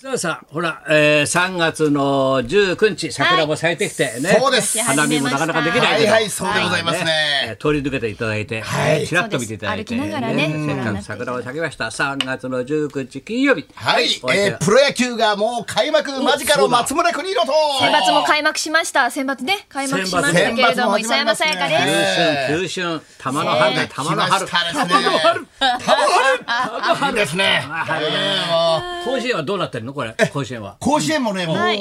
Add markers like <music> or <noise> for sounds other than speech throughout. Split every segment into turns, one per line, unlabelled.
さあさあ、ほら、えー、3月の19日、桜も咲いてきてね。
そうです
花見もなかなかできないけど。
はいはいそうでございますね
えー通り抜けていただいて、
はい
ちらっと見ていただいて、
そうです歩きながらね
せっかく桜を咲きました。3月の19日金曜日。
はい、
お相手
えー、プロ野球がもう開幕間近の松村邦洋と
選抜も開幕しました。選抜ね、開幕しましたけれども、
選抜も
磯
始まりま
山
す
さ
ね
やかです。
球春、球春、玉の春だ、
来
玉の
ま
春。
したですね。玉春玉春ですね。えーもう
甲子園はどうなってるのこれ、甲子園は。
甲子園もね、もう
はい、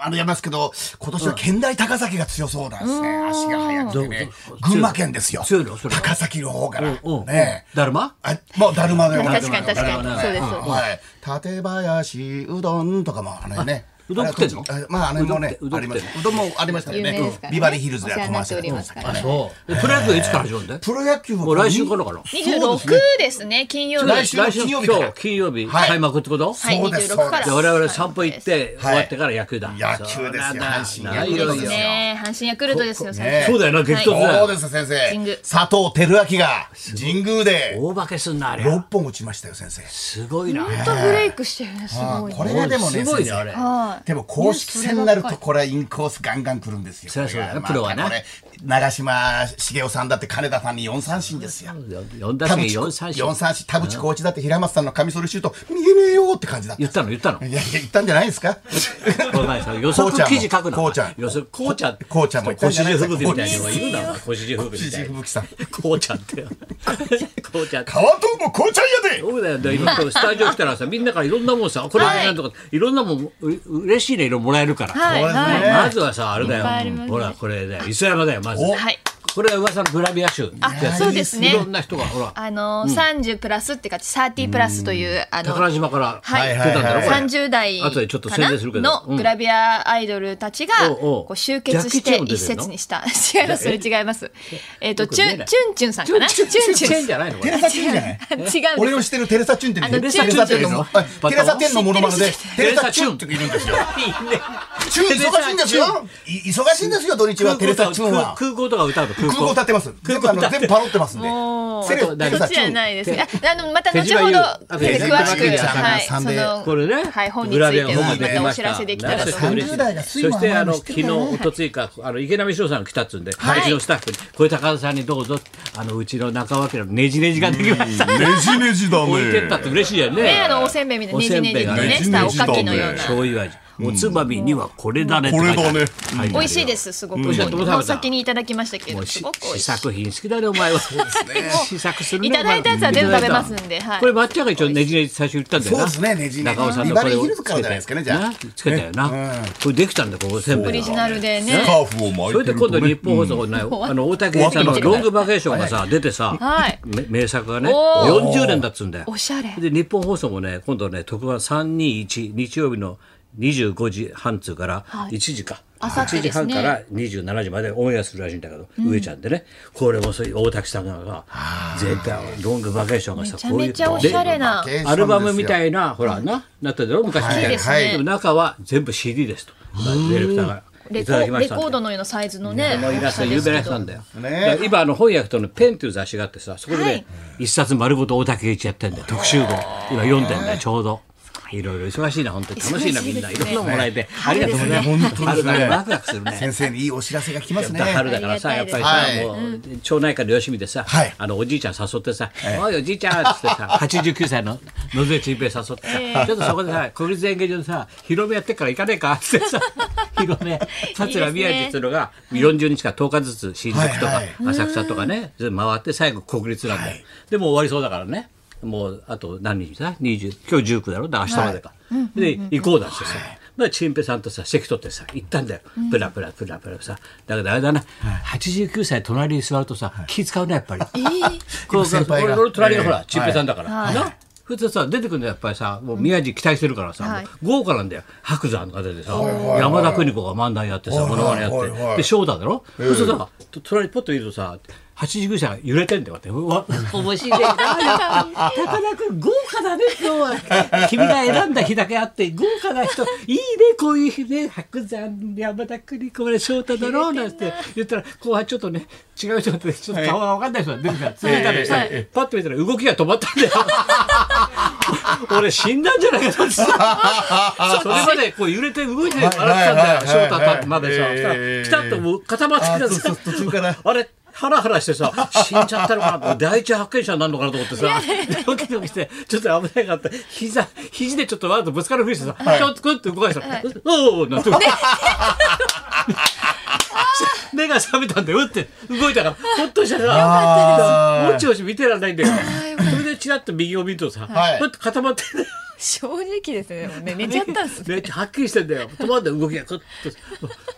あの、やりますけど、今年は県大高崎が強そうなんですね。足が速くてね
どう。
群馬県ですよ。
強いのそれ
高崎の方から。
うん
ねえ
だるま
あもう、だるまでも
確かに確
なるほ
か
ど
に。そうです。そうです
はい。館林うどんとかもあのね。
うどん食ってんの
あれまああれもね
うどん
あ
食っ
り
て
ました。うどんもありましたよ
有名
ね
ですから。ね
ビバリーヒルズでやってました
お世話になっておりますから
あれ
そう。でプロ野球いつから始まるんだよ
プロ野球は
もう来週からかな。
26ですね、金曜
来
日。
週の金曜日から
今日金曜日、
はい
開幕ってこと
はい、
そうです
26から。
で我々散歩行って、
はい
終わってから野球だ。
野球ですよ
そう
阪
だ
神
な
ヤク
い
ル
よ
ト
で
い
す
よ。
ね、阪神ヤクルトですよ、最
ね
近
そうだよな、激突だ
そう
よ。
です先
神
生
宮。
佐藤輝明が神宮で
大化けすんな、あれ。
六本打ちましたよ先生。
すごいな。
本当ブレイクしてるね、す
あ
ごい
ー。これがでも
す
ね
ごい
先
ね、あれ
生。。
はい
でも公式戦になるとこれはインコースガンガン来るんですよ。
そりゃそうだよ
これが
プロはな
またこれ長嶋茂雄さんだって金田さんに4三振ですよ。
4打
田
席
淵
4三振
4。三振田淵コーチだって平松さんのカミソリシュート見えねえよって感じだった。
言ったの言ったの
いやいや言ったんじゃないですか。
お前さ予測記事書くな。
こうちゃんも
予測、こうちゃん。
こうちゃんも言ったん
腰
じゃない
地
です
吹
か
雪みたいなのがいるな、お前腰地吹雪みた
藤井
い
吹
な。
雪さん。
こうちゃんって。こうちゃんって。
川藤も紅茶屋で
そうだよ、ね、今今日スタジオ来たらさ、みんなからいろんなもんさ、これ
はい
なんとか、い、ろんなもん、う嬉しいね、色もらえるから。
はい、はい。
まずはさ、あれだよ
ぱいありま、すね
ほら、これだよ、磯山だよ、まず。
お
はい
これは噂のグラビア集。
あそうですね
いろんな人が、ほら、
あの30プラスって形30プラスというあの
宝島から
はい
出たんだろ、
はい
これ。
30代か
後でちょっと宣伝するけど
な
うん
のグラビアアイドルたちが
おうおう
こう集結し
ジャ
て
ッキー
一
チェンも出てんの
節にした <laughs> 違いますそれ違いますえっと
よく
チ
見え
ュ
な
ン
い
チュンチュンさんかなチュンチュン
じゃないの、こ
テ
れ
レ。サチュンじゃない。
違うんです
俺の知ってるテレサチュンって言うんですよ
あの
テレサチ
テレサチュンっていうの
ュンのテレサテンのモノマネで
テ
テ
レ
レ
サ
サ
チュ
チュ
ン
ン
っ
ってて
言う
言うんん
で
ですす
よ
よ。チュン忙しいんですよ。い忙しいんですよ土日はテレサチュンは。
空港とか歌うの、空
空港
港。
立ってます。全部あの全部パロってますんで。
もう
テレ
あと何
そ
テレサ
っちじ
チュ
ゃ
ン。
ないですねあのまた
手
後
島
ほ
優
ど
あ
詳しく
手島優さんが
はいそ
サンデー
の
これね、
はい本につ
グラ
い
ビ
て
ア本ができ
は
ま
お
した。
知らせできたらと
思います
そして
30代が水
そ
分
してあの
を
昨日お
知ってるからね
とついかあの池波翔さんが来たっつうんで、
はいう
ちのスタッフにこれ高田さんにどうぞあのうちの中脇のネジネジができました。
ねじねじだ
置いてったって嬉しいよね。
ねあのおせんべいみたいな
お
ね
せ
じ
ん
ね
べい
じ
が
の
ね
ねしたおかきのような
醤油味。おつまみにはこれだねって書いてある。書てあるよ
美味しいで。すすごく
味しいと思った
お先にいただきましたけ
も
ど
う
す
し
ごく美
試
味しい
作品好きだねお前は。そうですね試作するね。
いただいたやつは全部食べますんではい
これ抹茶が一応ねじねじ最初言ったんだよな。
そうですねねじねじ
中尾さんのこれ
ビ
を
バリーヒルズからじゃないですかねじゃあ
つけたよな。これできたんだよこうおせん
オ
べい
リ
が
ジ。ナルでね
カーフを巻
それで今度日本放送のねあの大竹栄一さんのロングバケーションがさ出て
は
さ
い
め名作がね
おー
40年だっつうんだよ。
おしゃれ
で日本放送もね今度ね特番321日曜日の25時半通から1時か、
あさっ
1
て
時
です
半
ね
から27時までオンエアするらしいんだけど、上ちゃんでねこれもそういう大滝さんが全体ロングバケーションがさ
めちゃ
こういう
めちゃおしゃれな
で
アルバムみたいなほらななっただろ昔みたいな
大きいですね
でも中は全部 CD ですとディレクターが
レ
い
コ
ただきま
レ
したん
コ
で
ードのようなサイズのね
思い出したゆうべらしたんだよ。
ね
だから今あの翻訳とのペンという雑誌があってさ、そこでね、
はい
一冊丸ごと大竹栄一やってんだよ。特集号。今読んでんだよ、ちょうど。いろいろ忙しいな、本当に。楽しいな、
忙し
み
い
ん
です
な。
ね
いろんなものもらえて。ありがとうございます。
本当ですね
春だねワクワクするね。
先生にいいお知らせが来ますね。
春だからさ、や
あ
っ
り
ぱ
が
り
たい
さ、
です
もう、町内会のよしみでさ
はい、
あの、おじいちゃん誘ってさ、おいおじいちゃんっつってさ、89歳の野添ちんぺい誘ってさ、ちょっとそこでさ、国立演芸場でさ、広めやってっから行かねえかっつってさ、広め、桂宮治っつうのが、40日から10日ずつ新宿とか
はい
浅草とかね、全部回って最後国立なんだよ。でもう終わりそうだからね。もうあと何日だ ?20。今日19だろだから明日までか。で、行こうだってさ。まあ、チンペさんとさ、席取ってさ、行ったんだよ。プラプラプラプラさ。だけどあれだな、89歳隣に座るとさ、気使うね、やっぱり。こう
先輩が
俺の隣がほら、
ええ
チンペさんだから。な普通さ出てくるんだよやっぱりさもう宮治期待してるからさ、
はい
もう豪華なんだよ白山が出てさ、山田邦子が漫談やってさものまねやって、
はいはいはい
で翔太だろ、そうするとさと隣にポッといるとさ89歳が揺れてんだよってうわ面白いな高田君豪華だね今日は君が選んだ日だけあって豪華な人いいねこういう日ね白山山田邦子が翔太だろうなんて言ったら後半ちょっとね違う人が出てちょっと
<laughs>
顔が分かんない人が出てきたら、それ見たらさパッと見たら動きが止まったんだよ。俺死んだんじゃないかと思って
<laughs>
さそれまでこう揺れて動いて笑ってたんだよ
はいはいはいはい
翔太までさそしたら
えー
ピタッともう固まってき
あ
て
そうそ
さ
う途中から
あれハラハラしてさ死んじゃったのかなって第一発見者になるのかなと思ってさドキドキしてちょっと危ないかって膝肘でちょっとわざとぶつかるふりしてさちょっとこうやって動かしたら
はい
「おお!」なんて <laughs> 目が覚めたんでうって動いたからほっとして
かった
さ
です
もちもち見てられないんだよ
よ
それでチラッと右を見るとさ
は
こ
い
うやって固まってる
正直ですね。もうね寝ちゃっ
<laughs>
たんですね。
めっちゃはっきりしてんだよ止まんだよ動きがクッと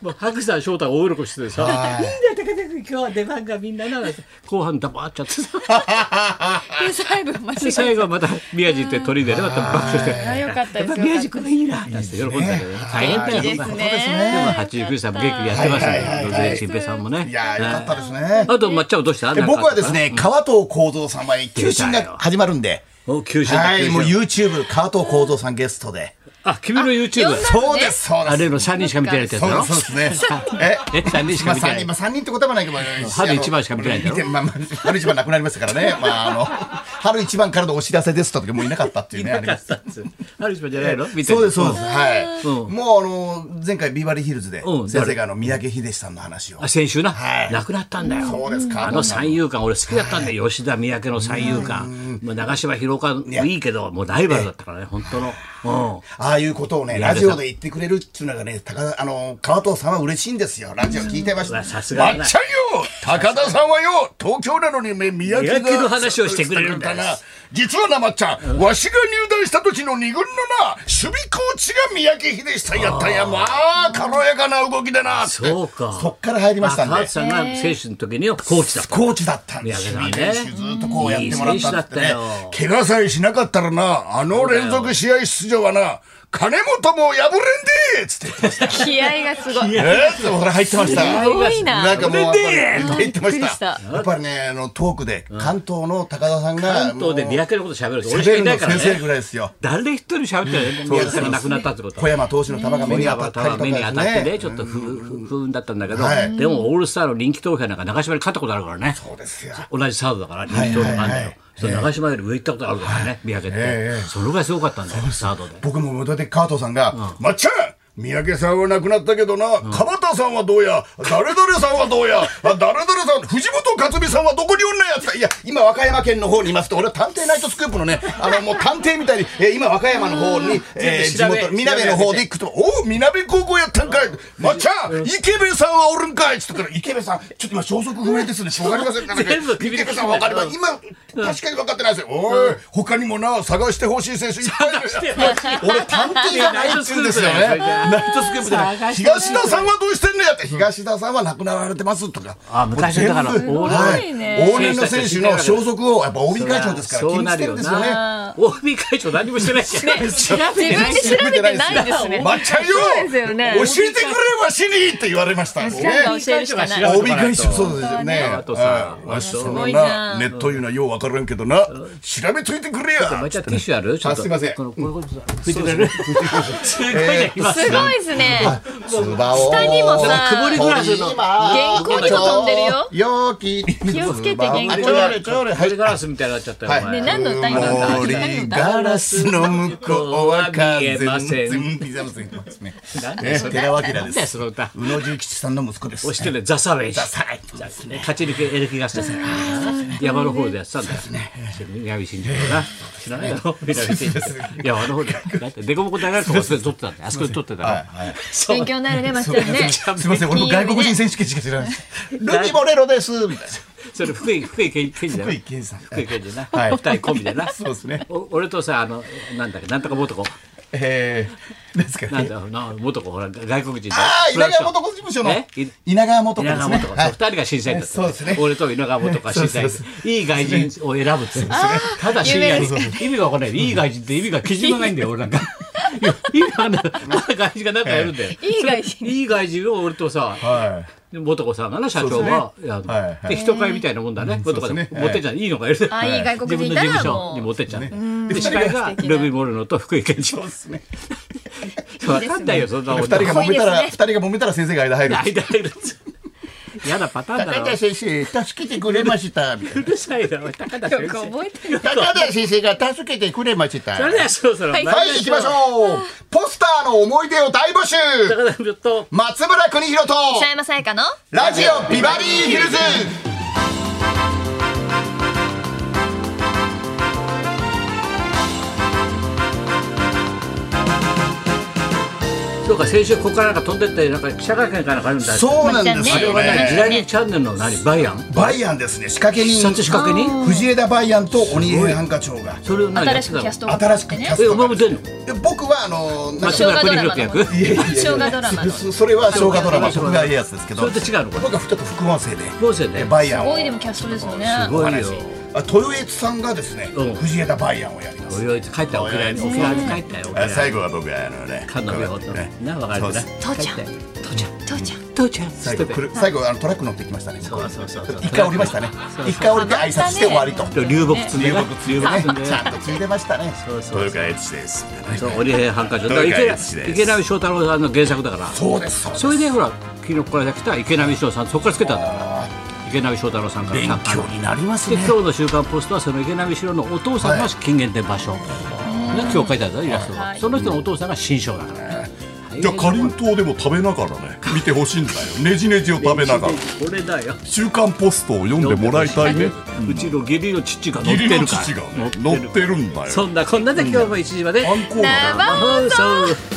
もう白さん翔太が大喜びしててさ「
はい
みんな高々今日は出番がみんなな」なんて後半黙っちゃってさ
で最後間違
で <laughs>
え
最後はまた宮治って鳥でねまた爆笑して
た。あよかった
や
で
っぱ
すよ。
り宮治君がいいななんて喜んだけどね大変だよ
いいですね
そんなことでも89歳も元気にやってます
はいはいはい
ね
はい
全新平さんもね
いやーよかったです
あ
ね。
と抹茶をどうした
で僕はです
ね
ね、川藤幸三さんは休診が始まるんで、
九州
はい、もう
う
YouTube、川藤幸三さんゲストで。
あ君の YouTube
あ呼んだ
そうです、そう
あ
です。
れの3人しか見てないってやつ
そう
だ
で
ろ
すそうですね。え
え3人し
ま
か
あ
見てな
三人、
い
まあ三人ってことはないけど、春
春一番しか見てないんだろ
まあまあ、春一番なくなりましたからね。まああの、春一番からのお知らせですとかもういなかったっていうね、あり
な
ま
かっ
す
たんですある人じゃないの見てる
そうです、そうです。はい。
うん
もうあの、前回ビバリーヒルズで
う、ん
先生があの、三宅秀さんの話を
あ。先週な、
はい
亡くなったんだよ
そうですか
あの三遊間俺好きだったんだよ、吉田三宅の三遊間まあ長嶋弘和もいいけどもうライバルだったからね本当の、うん、
ああいうことをね、
や
ラ
め
ジ
た
オで言ってくれるっていうのがね、高田、あの、川藤さんは嬉しいんですよ。ラジオ聞いてまし
うわ
た。
さすがだな
まっちゃんよ高田さんはよ東京なのにね、三宅が。
三宅の話をしてくれるんだよ
な。実はな、まっちゃん、わしが入団した時の二軍のな、守備コーチが三宅秀さんやったんや。まあ、軽やかな動きでな。
そうか
そっから入りました
あ
ん
川
で
内。さんが選手の時にはコーチだった
コーチだったんです。
三
守
宅
備
さんね
練習ずっとこうやってもらったって
いい
ね
選手だったよ。
怪我さえしなかったらな、あの連続試合出場はな、金本も破れんでーっつって言ってま
<laughs>
した。
気合がすごい。
えー、それ入ってました。
す
ごいな
なんかもう、やっぱり入ってま
びっくり
し。
したた
やっぱりね、あの、トークで、関東の高田さんが、
関東で三
もう
宅のこと喋る人俺しか
喋
い
る
ない
の
から
先生
ね
ぐらいですよ。
誰一人喋ってない三宅が亡くなったってこと
小山投手の球が目に当たったりとか
目に
で
当
す
たって
ね
ね。ちょっと不不不運だったんだけど、
はい
でもオールスターの人気投票なんか長嶋に勝ったことあるからね
そうですよ。
同じサードだから人気投票なんだよ、
はいはいはい
それ長嶋より上行ったことあるからね三宅って、
ええ
それぐらいすごかったんだよサードで。
僕も無駄で川藤さんが、まっちゃん三宅さんは亡くなったけどな、鎌田さんはどうや、誰々さんはどうや、あ誰々さん、藤本克美さんはどこにおんなやつか、いや、今、和歌山県の方にいますと、俺は探偵ナイトスクープのね、あ
<laughs>
の、もう探偵みたいに、えー今、和歌山の方に、えー地
全部調べ
元、みなべの方で行くと、おう、みなべ高校やったんかい、まっちゃん、池部さんはおるんかいつってから、池部さん、ちょっと今、消息不明ですね、わかりませんか、
全部
池部さんわかります。今、確かに分かってないですよ。おい、他にもな、探してほしい選手いっぱいいる。俺探偵じゃないって言うんですよね。ナイトスクープでね。東田さんはどうしてんのやって、東田さんは亡くなられてますとか。
あ昔だから
もう全部
往
は
年
す
い
ごいね
往年の選手の消息を、やっぱ OB 会長ですから
そ
気
う
に
な
して
るよ
るんですよね。
な OB 会長何もしてないし調べて
自
ない
分で調べてないんです
<laughs>
ね。
まっちゃんよ
そうですよね
教えてくれわしにって言われました。
確かに教えるしかない。
帯会社そうですよね。
あとさ
うんわしそ
ご
の
いな
な、ネットいうのはようわからんけどな、調べといてくれ
ま
や
あ。じゃあティッシュあるちょっと
あすいません
このこのこの拭いてくれるすごいね今
すごいですね。
つばを。
下にもさ
曇りグラスの
原稿にも飛んでるよ
よき。気
をつけて原稿
ちょれちょれ。は
曇
い
り。ガラスみたいになっちゃったよ
はい
お前
ね何の歌になんだ
曇りガラスの向こうは風
見えません
全然見えませんね
なんで
え
それ
寺脇
な
田
ん
で
だよ
す。
その歌
宇野重吉さんの息子です。
押してるザ・サベイジ
ダサい。ですね
勝ち抜けエレキ合戦山の方でやってたんだよ南新宿だな知らないだろ南新宿山の方でだってデコボコ大学校で撮ってたんだよあそこで撮ってたからそう
勉強になるね、まっちゃんね。
すみません、俺も外国人選手権しか知らないです。ルギボレロです。みたいな
それ福井福井健健二だよ
福井健さん
福井健二な
はい
二人コンビでな
そうですね
お俺とさあのなんだっけなんとかもとこ
えー、ですか
なん
ね。
だろうなもとこほら外国人だよ
ああ、
プロ
稲
レスの
川元子事務所の
えい
稲川元子で
稲
す
川
ね。
元子、
は
そう
い
二人が審査員だったんだよ、
そうですね
俺と稲川元子が審査員
そうそう
いい外人を選ぶっていうただ深夜に意味が分からないいい外人って意味が基準がないんだよ俺なんかいや意味がない外人がなんかやるんだよ
いい外人。
いい外人を俺とさ
は
元子さんがな社長がやるの
はいはい
で人会みたいなもんだね元子さん
そうですね
持ってっちゃういいのがいる
あいい外
自
国
分
人
の
い
事
た
務
ら
所
も
に
う。
持ってっちゃうで司会がルビー・モルノと福井健二
い。です
<laughs>
ね。
分かんないよそんな
二
女
人が揉めたら、
いいで
二
す <laughs>
人が揉めたら先生が間入る。
間入るんです嫌なパターンだ
高
ろ
田先生助けてくれま
<laughs>
したみたいうな
るさいなおい高田先
よく
生
覚えてる。
高田先生が助けてくれました
それではそろそろ参り
はい行きまし
う
ょうポスターの思い出を大募集
高田ちょっと
松村邦弘と
北山さやかの
ラジオビバリーヒルズ
そうか先週ここからなんか飛んでってなんか記者会見かなんかあるんだ
そうなんです
あれ
よ
は何
ね
時代にチャンネルの何バイアン
バイアンですね仕掛け
視
人
察仕掛けに
藤枝バイアンと鬼平犯科長が
それを何や
新
っ
してく
た
キ
の
ャストが
新しくキャ
え
ス
お前も
ト
出んの
で僕はあのなんか
松村邦弘って役
生姜ドラマの。す
そそれは生姜ドラマ僕がいいやつですけど
それと違うのこれ
僕はちょっと副音声で
副音声で
えバイアンを
ごいでもキャストですよね。
すごいよ
話あ豊悦さんがですね
うん
藤枝バイアンをやります
おいおい帰ったよ沖縄に沖縄に帰ったよ沖縄
あ
に
最後は僕はあのね
菅野美穂と
ね
な分かる
そうで
な
す
父ちゃん
帰って父ちゃん
父ちゃん。
父ちゃん
最後くる最後あのトラック乗ってきましたね
そうそうそうそう
一回降りましたね一回降りて挨拶して終わりと
流木積んでな流木積んで
ちゃんとついてましたね
そうそう
豊川悦司です
そう折平犯科長だ
ど
から
ういう
池
会です
波池波正太郎さんの原作だから
そうですそうです
それでほら昨日これだけ来た池波正さんそこからつけたんだから池波正太郎さんから
勉強になります
で
ね
今日の「週刊ポスト」はその池波四郎のお父さんが金原店場所、が今日書いてあるんだよイラストが、
はい
その人のお父さんが新章だから、
じゃあかりんとうでも食べながらね見てほしいんだよねじねじを食べな
<laughs>
がら
これだよ
週刊ポストを読んでもらいたいね
うちの義理の父が乗っ
義
て
理
る
の
から
父がね乗ってるんだよ
そんなこんなで今日も1時まで
あんこうなのよ
生放送